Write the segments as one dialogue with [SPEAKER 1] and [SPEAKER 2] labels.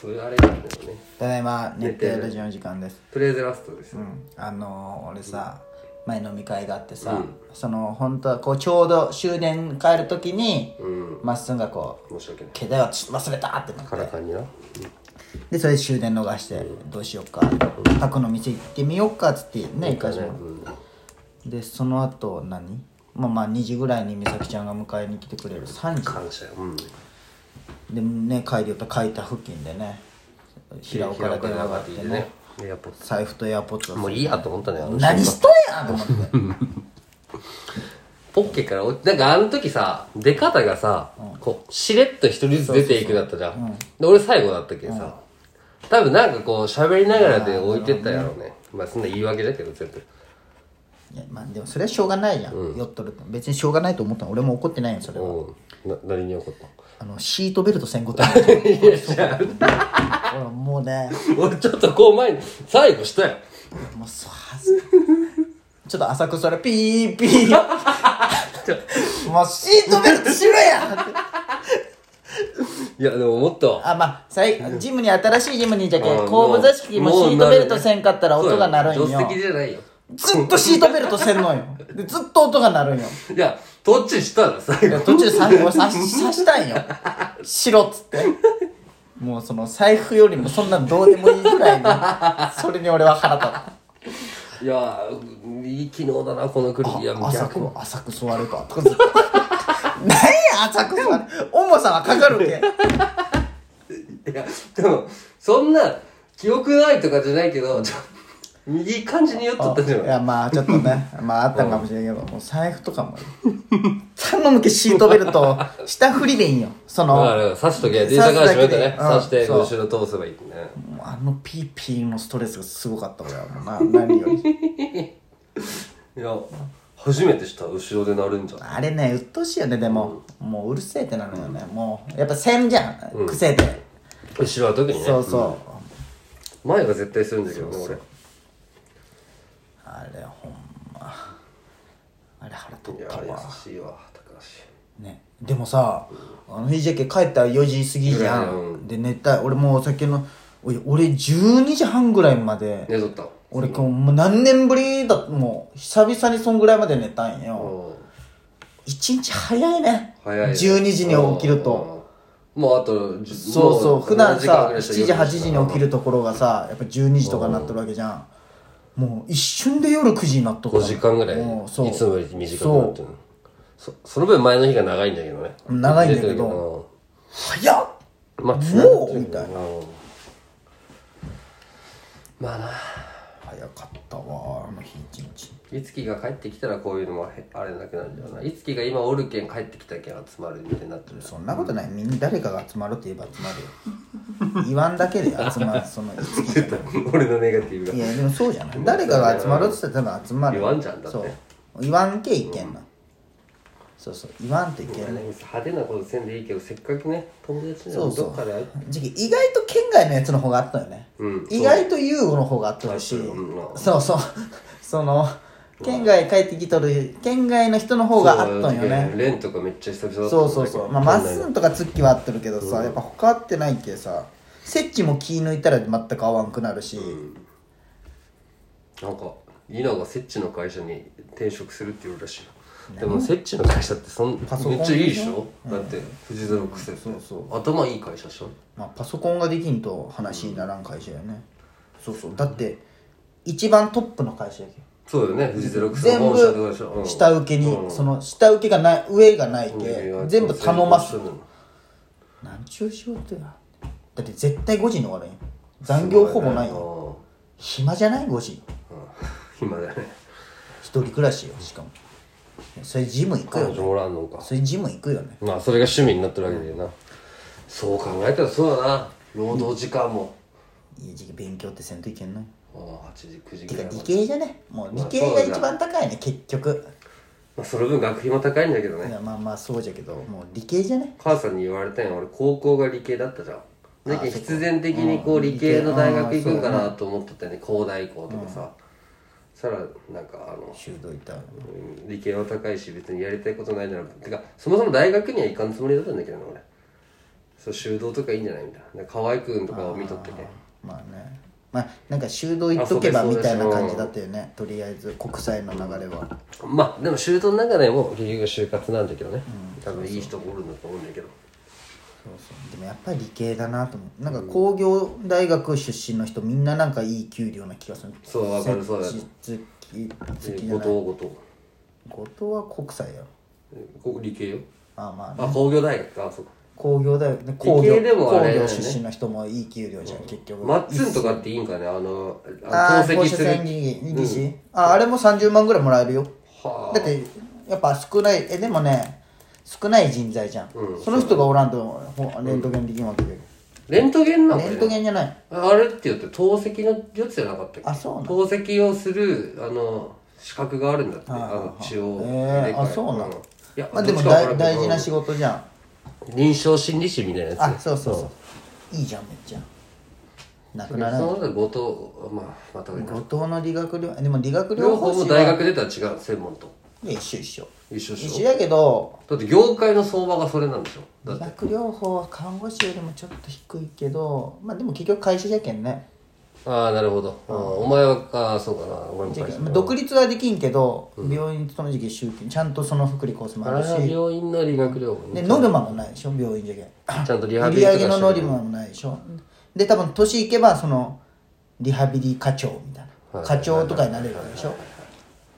[SPEAKER 1] そういうあれなんだよね
[SPEAKER 2] ただいま
[SPEAKER 1] 寝
[SPEAKER 2] 熱
[SPEAKER 1] てる
[SPEAKER 2] 帯ラジオの時間です
[SPEAKER 1] とりあえずラストですね、
[SPEAKER 2] あのー俺さ前飲み会があってさ、
[SPEAKER 1] うん
[SPEAKER 2] その本当はこうちょうど終電帰る時に
[SPEAKER 1] うん
[SPEAKER 2] まっすんがこう
[SPEAKER 1] 申し訳ない
[SPEAKER 2] 携帯をち忘れたってなっ
[SPEAKER 1] カラ
[SPEAKER 2] て
[SPEAKER 1] カンにな
[SPEAKER 2] でそれで終電逃してどうしようかタクの店行ってみようかっつってね一回し
[SPEAKER 1] ね
[SPEAKER 2] も
[SPEAKER 1] うん
[SPEAKER 2] でその後何まあまあ2時ぐらいに美咲ちゃんが迎えに来てくれる3時
[SPEAKER 1] 感謝うん
[SPEAKER 2] でね帰りよった書いた付近でね平岡から電話があってね
[SPEAKER 1] でやっぱ
[SPEAKER 2] 財布とエアポッド
[SPEAKER 1] もういいやと思ったねあの
[SPEAKER 2] 何しとんやんと思 って
[SPEAKER 1] ポッケから落ちなんかあの時さ出方がさ、こうしれっと一人ずつ出ていくだったじゃんで俺最後だったけさ、多分なんかこう喋りながらで置いてったやろうねまあそんな言い訳だけど全部
[SPEAKER 2] いやまあでもそれはしょうがないじゃん、酔っとると別にしょうがないと思ったの俺も怒ってないよそれは、
[SPEAKER 1] うんな何に怒った
[SPEAKER 2] あのシートベルトせんことや った
[SPEAKER 1] いやじゃ
[SPEAKER 2] 俺もうね
[SPEAKER 1] あ俺 ちょっとこう前に最後したよ
[SPEAKER 2] もうそうはずちょっと浅くそれピーピ ーもうシートベルトしろやって
[SPEAKER 1] いやでももっと
[SPEAKER 2] あまあ最ジムに新しいジムにいたけ
[SPEAKER 1] あー
[SPEAKER 2] 後部座席もシートベルトせんかったら
[SPEAKER 1] もう
[SPEAKER 2] 音が鳴るん
[SPEAKER 1] そうだ助手
[SPEAKER 2] よ
[SPEAKER 1] 席じゃないよ
[SPEAKER 2] ずっとシートベルトせんのよでずっと音が鳴るんよ
[SPEAKER 1] いやどっちしたら最
[SPEAKER 2] いや
[SPEAKER 1] 後
[SPEAKER 2] 途中さ俺さ刺したんよしろっつってもうその財布よりもそんなんどうでもいいぐらいのそれに俺は腹立った
[SPEAKER 1] いやいい機能だなこのクリいや
[SPEAKER 2] あ浅
[SPEAKER 1] 逆
[SPEAKER 2] く浅く座るかとかずっと何や浅く座る重さはかかるけ
[SPEAKER 1] いや、でも、そんな、記憶ないとかじゃないけど、ちょいい感じに酔っとったじゃん。
[SPEAKER 2] いやまあちょっとねまああったんかもしれんけど、もう財布とかも頼むけシートベルト下振りでいいんよその、
[SPEAKER 1] だから、刺しとけ、電車から閉めてね。
[SPEAKER 2] 刺
[SPEAKER 1] 刺
[SPEAKER 2] す
[SPEAKER 1] し
[SPEAKER 2] だけで
[SPEAKER 1] て、
[SPEAKER 2] うん
[SPEAKER 1] 後ろ通せばいいね。
[SPEAKER 2] もうあのピーピーのストレスがすごかった俺はもうな何より
[SPEAKER 1] いや、初めてした、後ろで鳴るんじゃん。
[SPEAKER 2] あれねうっとうしいよねでも、もううるせえってなるよねもうやっぱせんじゃん、癖で
[SPEAKER 1] 後ろは特にね。
[SPEAKER 2] そうそう、
[SPEAKER 1] 前は絶対するんだけどね、俺。
[SPEAKER 2] あれほんまあれ腹立
[SPEAKER 1] い
[SPEAKER 2] っ
[SPEAKER 1] や
[SPEAKER 2] たわ、
[SPEAKER 1] 優しいわ、高
[SPEAKER 2] ね、でもさあの EJK 帰ったら4時過ぎじゃん、
[SPEAKER 1] う
[SPEAKER 2] で寝たい俺もうお酒のおい俺12時半ぐらいまで、
[SPEAKER 1] 橋。寝とった。
[SPEAKER 2] 俺今日もう何年ぶりだもう久々にそんぐらいまで寝たんよ、
[SPEAKER 1] うん
[SPEAKER 2] 一日早いね
[SPEAKER 1] 早い。
[SPEAKER 2] 12時に起きると
[SPEAKER 1] うん。もうあと、じ
[SPEAKER 2] そうそう
[SPEAKER 1] も
[SPEAKER 2] 普段さ7
[SPEAKER 1] 7
[SPEAKER 2] 時8時に起きるところがさやっぱ12時とかなってるわけじゃんもう一瞬で夜9時になっとった
[SPEAKER 1] 5時間ぐらい
[SPEAKER 2] も
[SPEAKER 1] いうつ
[SPEAKER 2] そう
[SPEAKER 1] もより短くなってるのそその分前の日が長いんだけどね
[SPEAKER 2] 長いんだけど
[SPEAKER 1] 出てるど
[SPEAKER 2] 早っ
[SPEAKER 1] まあ
[SPEAKER 2] もうみたい
[SPEAKER 1] なまあな
[SPEAKER 2] 早かったわあの日一日
[SPEAKER 1] いつきが帰ってきたらこういうのもへあれなくなるんだよないつきが今おるけん帰ってきたけん集まるみたいになってる
[SPEAKER 2] そんなことないみんな誰かが集まるって言えば集まるよ 言わんだけで集まるそのいつきじゃない
[SPEAKER 1] 俺のネガティブ
[SPEAKER 2] い
[SPEAKER 1] が
[SPEAKER 2] やでもそうじゃない誰かが集まるって言ったら多分集まる
[SPEAKER 1] 言わんじゃんだって
[SPEAKER 2] そう言わんけいけんな、そうそう言わんといけんない
[SPEAKER 1] 派手なことせんでいいけどせっかくね友達な
[SPEAKER 2] そ
[SPEAKER 1] の
[SPEAKER 2] うそ
[SPEAKER 1] どっかで会
[SPEAKER 2] う
[SPEAKER 1] う
[SPEAKER 2] 時期意外と県外のやつの方があったよね、
[SPEAKER 1] うん
[SPEAKER 2] 意外と優吾の方があったし、
[SPEAKER 1] うん
[SPEAKER 2] そうそう その県外帰ってきとる県外の人の方があったんよね
[SPEAKER 1] レンとかめっちゃ久々だった
[SPEAKER 2] そ
[SPEAKER 1] もん
[SPEAKER 2] う
[SPEAKER 1] ね
[SPEAKER 2] そうそうまあまっすんとかツッキーはあってるけどさ、やっぱ他あってないけさセッチも気抜いたら全く合わんくなるし、
[SPEAKER 1] なんかイナがセッチの会社に転職するっていうらしいよでもセッチの会社ってそん
[SPEAKER 2] パソコン
[SPEAKER 1] めっちゃいいでしょ、だって富士ドロックス
[SPEAKER 2] そうそう
[SPEAKER 1] 頭いい会社でしょ
[SPEAKER 2] まあ、パソコンができんと話にならん会社やね、そうそうだって一番トップの会社やけ
[SPEAKER 1] そうだよね富士ドロックス
[SPEAKER 2] 全
[SPEAKER 1] の本社ってことでしょ、う
[SPEAKER 2] 部
[SPEAKER 1] ん
[SPEAKER 2] 下請けに、その下請けがない上がないけ、
[SPEAKER 1] うん
[SPEAKER 2] 全部頼ます
[SPEAKER 1] そうそう
[SPEAKER 2] なんちゅう仕事やだって絶対5時に終わるんや残業ほぼないよ
[SPEAKER 1] よ
[SPEAKER 2] 暇じゃない5時
[SPEAKER 1] 暇だよね
[SPEAKER 2] 一人暮らしよしかもそれジム行く
[SPEAKER 1] 彼
[SPEAKER 2] よ
[SPEAKER 1] 女
[SPEAKER 2] ね
[SPEAKER 1] おらんのか
[SPEAKER 2] それジム行くよね
[SPEAKER 1] まあそれが趣味になってるわけだよな、そう考えたらそうだな労働時間も、
[SPEAKER 2] いい時期勉強ってせんといけんない
[SPEAKER 1] ああ8時9時
[SPEAKER 2] て
[SPEAKER 1] ぐら
[SPEAKER 2] か
[SPEAKER 1] いまで
[SPEAKER 2] 理系じゃねもう理
[SPEAKER 1] まあ
[SPEAKER 2] 系が
[SPEAKER 1] そうだ
[SPEAKER 2] 一番高いね結局
[SPEAKER 1] まあ、その分学費も高いんだけどね
[SPEAKER 2] いやまあまあそうじゃけどもう理系じゃね
[SPEAKER 1] 母さんに言われたんや俺高校が理系だったじゃんだけど
[SPEAKER 2] そっか
[SPEAKER 1] 必然的にこう理系の大学行くんかなと思ってたよね高大校とかさ、そしたらなんかあの
[SPEAKER 2] 修道いた
[SPEAKER 1] うん理系は高いし別にやりたいことないならてかそもそも大学には行かんつもりだったんだけどね俺そう修道とかいいんじゃないみたいななんか河合くんとかを見とってね
[SPEAKER 2] まあねまあなんか修道行っとけばみたいな感じだったよねとりあえず国際の流れは
[SPEAKER 1] まあでも修道の中でも結局就活なんだけどね、多分いい人もおるんだと思うんだけど
[SPEAKER 2] そうそうでもやっぱり理系だなと思うなんか工業大学出身の人みんななんかいい給料な気がする
[SPEAKER 1] そうわかるそうだ
[SPEAKER 2] 設置
[SPEAKER 1] 後
[SPEAKER 2] 付き
[SPEAKER 1] 藤
[SPEAKER 2] じゃない
[SPEAKER 1] 後
[SPEAKER 2] 後藤は国際やろ
[SPEAKER 1] 藤ここ理系よ
[SPEAKER 2] ああまあね
[SPEAKER 1] あ工業大学かあそうか
[SPEAKER 2] 工業だよね工業
[SPEAKER 1] 理系でもあれだよね
[SPEAKER 2] 工業出身の人もいい給料じゃん結局
[SPEAKER 1] マッツンとかっていいんかねあの
[SPEAKER 2] あ
[SPEAKER 1] あ
[SPEAKER 2] あ
[SPEAKER 1] の透析する
[SPEAKER 2] 選議技師、ああれも30万ぐらいもらえるよ
[SPEAKER 1] は
[SPEAKER 2] だってやっぱ少ないえでもね少ない人材じゃん、その人がおらんとほレントゲンできんわけで、
[SPEAKER 1] レントゲンなの
[SPEAKER 2] レ
[SPEAKER 1] か
[SPEAKER 2] ント
[SPEAKER 1] ね
[SPEAKER 2] ゲンじゃない
[SPEAKER 1] あれって言って透析のやつじゃなかったっけ
[SPEAKER 2] あそうなの
[SPEAKER 1] 透析をするあの資格があるんだってあの血を
[SPEAKER 2] えー、あそうなの、
[SPEAKER 1] んいや
[SPEAKER 2] まあで
[SPEAKER 1] ど
[SPEAKER 2] も
[SPEAKER 1] っちかわから
[SPEAKER 2] 大
[SPEAKER 1] んけど
[SPEAKER 2] 大事な仕事じゃん
[SPEAKER 1] 臨床心理士みたいなやつ
[SPEAKER 2] あそうそうそういいじゃんめっちゃなくならない
[SPEAKER 1] その中で後藤まあまた
[SPEAKER 2] 後藤の理学療でも理学療
[SPEAKER 1] 両
[SPEAKER 2] 法
[SPEAKER 1] 方も
[SPEAKER 2] 士
[SPEAKER 1] 大
[SPEAKER 2] は
[SPEAKER 1] 学出たら違う専門と
[SPEAKER 2] いや一緒一
[SPEAKER 1] 一
[SPEAKER 2] 緒
[SPEAKER 1] 緒で
[SPEAKER 2] 一緒
[SPEAKER 1] しょ
[SPEAKER 2] やけど
[SPEAKER 1] だって業界の相場がそれなんでしょだ
[SPEAKER 2] 理
[SPEAKER 1] って
[SPEAKER 2] 学療法は看護師よりもちょっと低いけどまあでも結局会社じゃけんね
[SPEAKER 1] ああなるほど、うんお前はああそうかなお前も
[SPEAKER 2] じゃ
[SPEAKER 1] 会
[SPEAKER 2] け
[SPEAKER 1] 社
[SPEAKER 2] んまあ独立はできんけど、病院との時期集金ちゃんとその福利厚生も
[SPEAKER 1] あ
[SPEAKER 2] あ
[SPEAKER 1] れ
[SPEAKER 2] るし
[SPEAKER 1] は病院の理学療法
[SPEAKER 2] で
[SPEAKER 1] ね
[SPEAKER 2] ノルマもないでしょ病院じゃけん
[SPEAKER 1] ちゃんとリハ
[SPEAKER 2] 売
[SPEAKER 1] ビ
[SPEAKER 2] り
[SPEAKER 1] リとかし
[SPEAKER 2] 上げ
[SPEAKER 1] て
[SPEAKER 2] のノル
[SPEAKER 1] る
[SPEAKER 2] マもないでしょで多分年いけばそのリハビリ課長みたいな課長とかになれるわけでしょ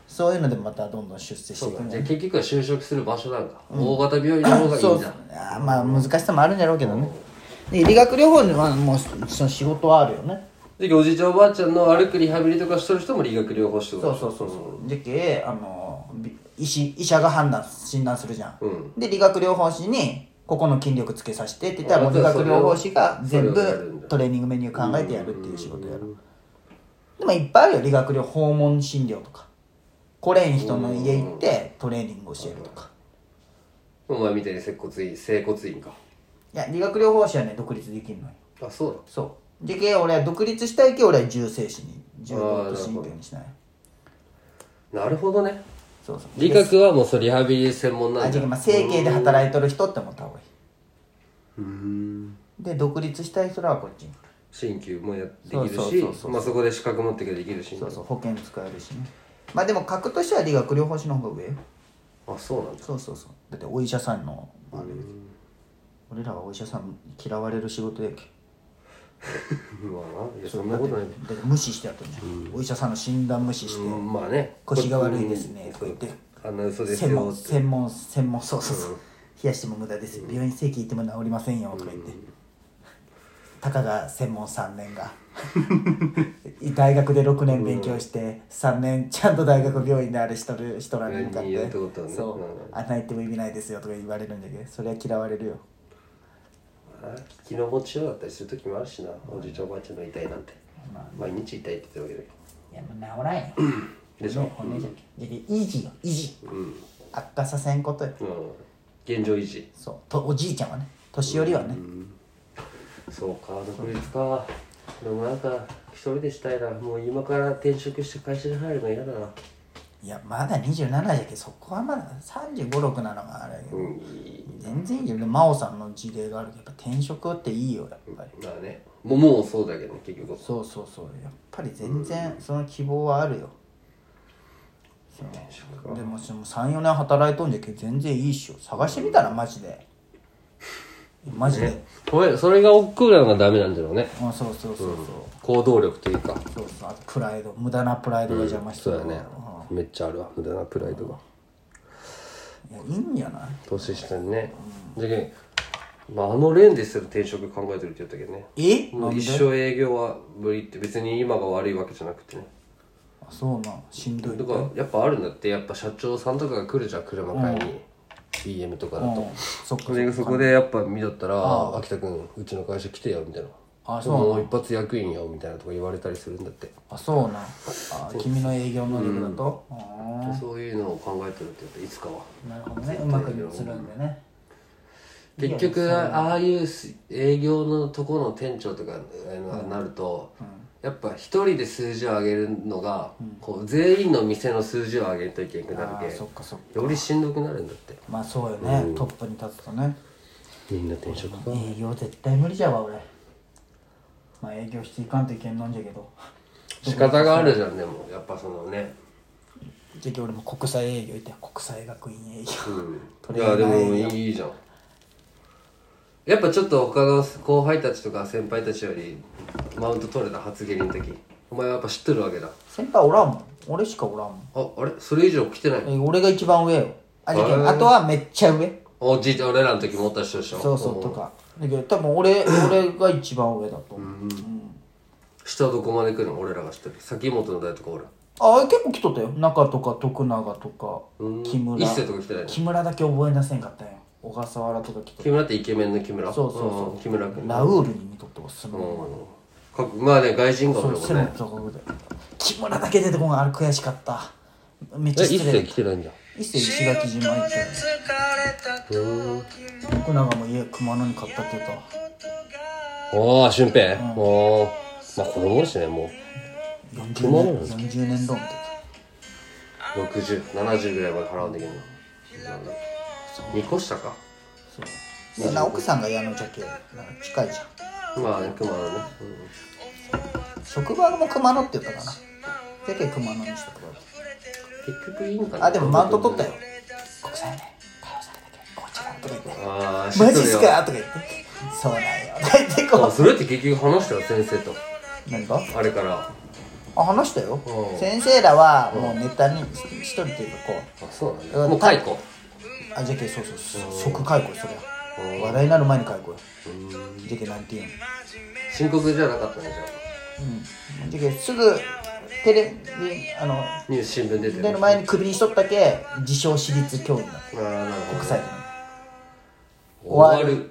[SPEAKER 2] そういうのでまたどんどん出世していくん
[SPEAKER 1] じ
[SPEAKER 2] だ
[SPEAKER 1] ゃ
[SPEAKER 2] よ
[SPEAKER 1] あ結局は就職する場所なんだ、大型病院の方がいいんだ
[SPEAKER 2] あーまあ難しさもあるんやろうけどねで理学療法にはもうその仕事はあるよね
[SPEAKER 1] でおじいちゃんおばあちゃんの歩くリハビリとかしてる人も理学療法士と
[SPEAKER 2] そ
[SPEAKER 1] か
[SPEAKER 2] うそうそうそうでけあのび医師医者が判断診断するじゃん、
[SPEAKER 1] うん
[SPEAKER 2] で理学療法士にここの筋力つけさせてって言ったら
[SPEAKER 1] あ
[SPEAKER 2] もう理学療法士が
[SPEAKER 1] それ
[SPEAKER 2] 全
[SPEAKER 1] をそれをやるん
[SPEAKER 2] 部
[SPEAKER 1] だ
[SPEAKER 2] トレーニングメニュー考えてやるっていう仕事やるでもいっぱいあるよ理学療法訪問診療とか来れん人の家行ってトレーニング教えるとか
[SPEAKER 1] お前みたいに接骨院整骨院か
[SPEAKER 2] いや理学療法士はね独立できるのよ
[SPEAKER 1] あそうだ
[SPEAKER 2] そうでけ俺は独立したいけ俺は重生死に重
[SPEAKER 1] あーなるほ
[SPEAKER 2] 度
[SPEAKER 1] ど
[SPEAKER 2] 神経にしない
[SPEAKER 1] なるほどね
[SPEAKER 2] そうそう
[SPEAKER 1] 理学はもうそうリハビリ専門な
[SPEAKER 2] あ
[SPEAKER 1] ん
[SPEAKER 2] じ
[SPEAKER 1] だ
[SPEAKER 2] ゃあまあ整形で働いとる人って思った方がい
[SPEAKER 1] う
[SPEAKER 2] い
[SPEAKER 1] ん
[SPEAKER 2] で独立したい人らはこっちに来る
[SPEAKER 1] 鍼灸もやできるし
[SPEAKER 2] そうそうそうそう
[SPEAKER 1] まあ、そこで資格持ってけばできるし
[SPEAKER 2] そうそう保険使えるしねまあでも格としては理学療法士の方が上よ
[SPEAKER 1] あそうなんだ
[SPEAKER 2] そうそうそうだってお医者さんのあれ俺らはお医者さん嫌われる仕事やけ
[SPEAKER 1] うわないやそんなことない
[SPEAKER 2] だって無視してやってるじゃん、お医者さんの診断無視して、
[SPEAKER 1] うんまあね
[SPEAKER 2] 腰が悪いですねとか言って
[SPEAKER 1] あんな嘘です
[SPEAKER 2] 専門
[SPEAKER 1] よって
[SPEAKER 2] 専門専門そうそうそう、冷やしても無駄です病院正規行っても治りませんよとか言って、たかが専門3年が 大学で6年勉強して3年ちゃんと大学病院であれしとる人らに向かっ
[SPEAKER 1] いやい
[SPEAKER 2] て
[SPEAKER 1] やってことはね
[SPEAKER 2] そうう穴行っても意味ないですよとか言われるんだけどそれは嫌われるよ
[SPEAKER 1] あ気の持ちようだったりする時もあるしなおじいちゃんおばあちゃんの痛いなんて
[SPEAKER 2] ま
[SPEAKER 1] 毎日痛いって言ってるわ
[SPEAKER 2] いやもう治らんよ
[SPEAKER 1] けだけどでしょ
[SPEAKER 2] 骨じゃけんじゃけん維持よ維持、悪化させんことよ
[SPEAKER 1] うん現状維持
[SPEAKER 2] そうとおじいちゃんはね年寄りはね、
[SPEAKER 1] そうか独立かでもなんか一人でしたいなもう今から転職して会社に入るの嫌だない
[SPEAKER 2] やまだ27だけどそこはまだ3 5 6なのがあれやけど、
[SPEAKER 1] うん
[SPEAKER 2] 全然いいよね真央さんの事例があるけどやっぱ転職っていいよやっぱり、
[SPEAKER 1] まあねもうもうそうだけどね結局
[SPEAKER 2] そうそうそうやっぱり全然その希望はあるよ、そうでもその34年働いとんじゃけど全然いいっしょ探してみたらマジでマジで、
[SPEAKER 1] これそれが億劫なのがダメなんだろうね
[SPEAKER 2] うんそうそうそうそう、
[SPEAKER 1] 行動力というか
[SPEAKER 2] そうそうあとプライド無駄なプライドが邪魔して
[SPEAKER 1] そう
[SPEAKER 2] る
[SPEAKER 1] だねめっちゃあるわ無駄なプライドが
[SPEAKER 2] いやいいんじゃない
[SPEAKER 1] 年下にねじゃけんまああのレンですら転職考えてるって言ったけどね
[SPEAKER 2] え
[SPEAKER 1] もう一生営業は無理って別に今が悪いわけじゃなくてね
[SPEAKER 2] あそうなんしんどい
[SPEAKER 1] だからやっぱあるんだってやっぱ社長さんとかが来るじゃん車買いに BM とかだ
[SPEAKER 2] う
[SPEAKER 1] と
[SPEAKER 2] んそっか
[SPEAKER 1] それがそこでやっぱ見とったら「秋田君うちの会社来てよ」みたいな「
[SPEAKER 2] あそう
[SPEAKER 1] もう一発役員よ」みたいなとか言われたりするんだって
[SPEAKER 2] あそうなんあ君の営業能力だと、あ
[SPEAKER 1] そういうのを考えてるって言ったいつかは
[SPEAKER 2] ーなるほどねうまくするんでね
[SPEAKER 1] 結局ああいうす営業のところの店長とかあのなると、やっぱ一人で数字を上げるのが、こう全員の店の数字を上げんといけなくな
[SPEAKER 2] あ
[SPEAKER 1] る
[SPEAKER 2] ーそっかそっか
[SPEAKER 1] けんよりしんどくなるんだって
[SPEAKER 2] まあそうよね、トップに立つとね
[SPEAKER 1] みんな転職か
[SPEAKER 2] 営業絶対無理じゃわ俺まあ営業していかんといけんのんじゃけど
[SPEAKER 1] 仕方があるじゃんでもやっぱそのね
[SPEAKER 2] じゃけ俺も国際営業行って国際学院営業
[SPEAKER 1] う
[SPEAKER 2] ト
[SPEAKER 1] んい
[SPEAKER 2] レーナ
[SPEAKER 1] やで
[SPEAKER 2] ー
[SPEAKER 1] も
[SPEAKER 2] 営業
[SPEAKER 1] いいじゃんやっぱちょっと他の後輩たちとか先輩たちよりマウント取れた発言の時お前はやっぱ知ってるわけだ
[SPEAKER 2] 先輩おらんもん俺しかおらんもん
[SPEAKER 1] ああれそれ以上来てない
[SPEAKER 2] え俺が一番上よあじゃけ
[SPEAKER 1] へー
[SPEAKER 2] あとはめっちゃ上
[SPEAKER 1] おじいちゃん俺らの時持った人でしょ
[SPEAKER 2] そうそ
[SPEAKER 1] ん
[SPEAKER 2] うとかだけど多分俺俺が一番上だと思う、
[SPEAKER 1] 下どこまで来るの俺らが知ってる先本の代とか俺
[SPEAKER 2] あ結構来とったよ中とか徳永とか
[SPEAKER 1] うん
[SPEAKER 2] 木村
[SPEAKER 1] 一世とか来てないの
[SPEAKER 2] 木村だけ覚えなせんかったんよ小笠原とか来とっ
[SPEAKER 1] 木村ってイケメンの木村
[SPEAKER 2] そうそうそう
[SPEAKER 1] うん木村君
[SPEAKER 2] たラウールに似とったわすごい
[SPEAKER 1] かっまあね外人か
[SPEAKER 2] そ
[SPEAKER 1] もね
[SPEAKER 2] う背の高くて木村だけ出てこんあれ悔しかっためっち
[SPEAKER 1] え
[SPEAKER 2] ゃ
[SPEAKER 1] 一
[SPEAKER 2] 失
[SPEAKER 1] 世
[SPEAKER 2] 礼
[SPEAKER 1] 来てないんだ
[SPEAKER 2] 伊勢石垣島行って徳永も家熊野に買ったって言ったわ
[SPEAKER 1] ああ俊平、ああまあ子供だしねも
[SPEAKER 2] 40
[SPEAKER 1] 熊野な
[SPEAKER 2] 年
[SPEAKER 1] んです
[SPEAKER 2] 40年ローンって言って
[SPEAKER 1] う6070ぐらいまで払うんだけど2個下か
[SPEAKER 2] たいやな奥さんが矢野じゃけなんか近いじゃん
[SPEAKER 1] まあね熊野ね、
[SPEAKER 2] 職場も熊野って言ったかなじゃけ熊野にしとくわ
[SPEAKER 1] うん、結局いいのかな
[SPEAKER 2] あでもマウント取ったよ国際ね対応されたけどこっちだとか言って
[SPEAKER 1] ああ知
[SPEAKER 2] マ
[SPEAKER 1] って
[SPEAKER 2] ジっ
[SPEAKER 1] る
[SPEAKER 2] す
[SPEAKER 1] よ
[SPEAKER 2] かとか言ってそうなんよとか言ってこ
[SPEAKER 1] あそれって結局話したよ先生と
[SPEAKER 2] う何か
[SPEAKER 1] あれから
[SPEAKER 2] あ話したよ
[SPEAKER 1] うん
[SPEAKER 2] 先生らはもうネタに一人っていうかこう
[SPEAKER 1] あそうなんだもう解雇
[SPEAKER 2] あじゃけそうそう即解雇そり
[SPEAKER 1] うん
[SPEAKER 2] ゃ話題になる前に解雇よじゃけなんて言うの
[SPEAKER 1] 深刻じゃなかったねじゃ
[SPEAKER 2] うんじゃけすぐテレビあの
[SPEAKER 1] あニュース新聞出て
[SPEAKER 2] 出る前にクビにしとったけ自称私立教員だ
[SPEAKER 1] ああなるほど
[SPEAKER 2] 国際で
[SPEAKER 1] 終わる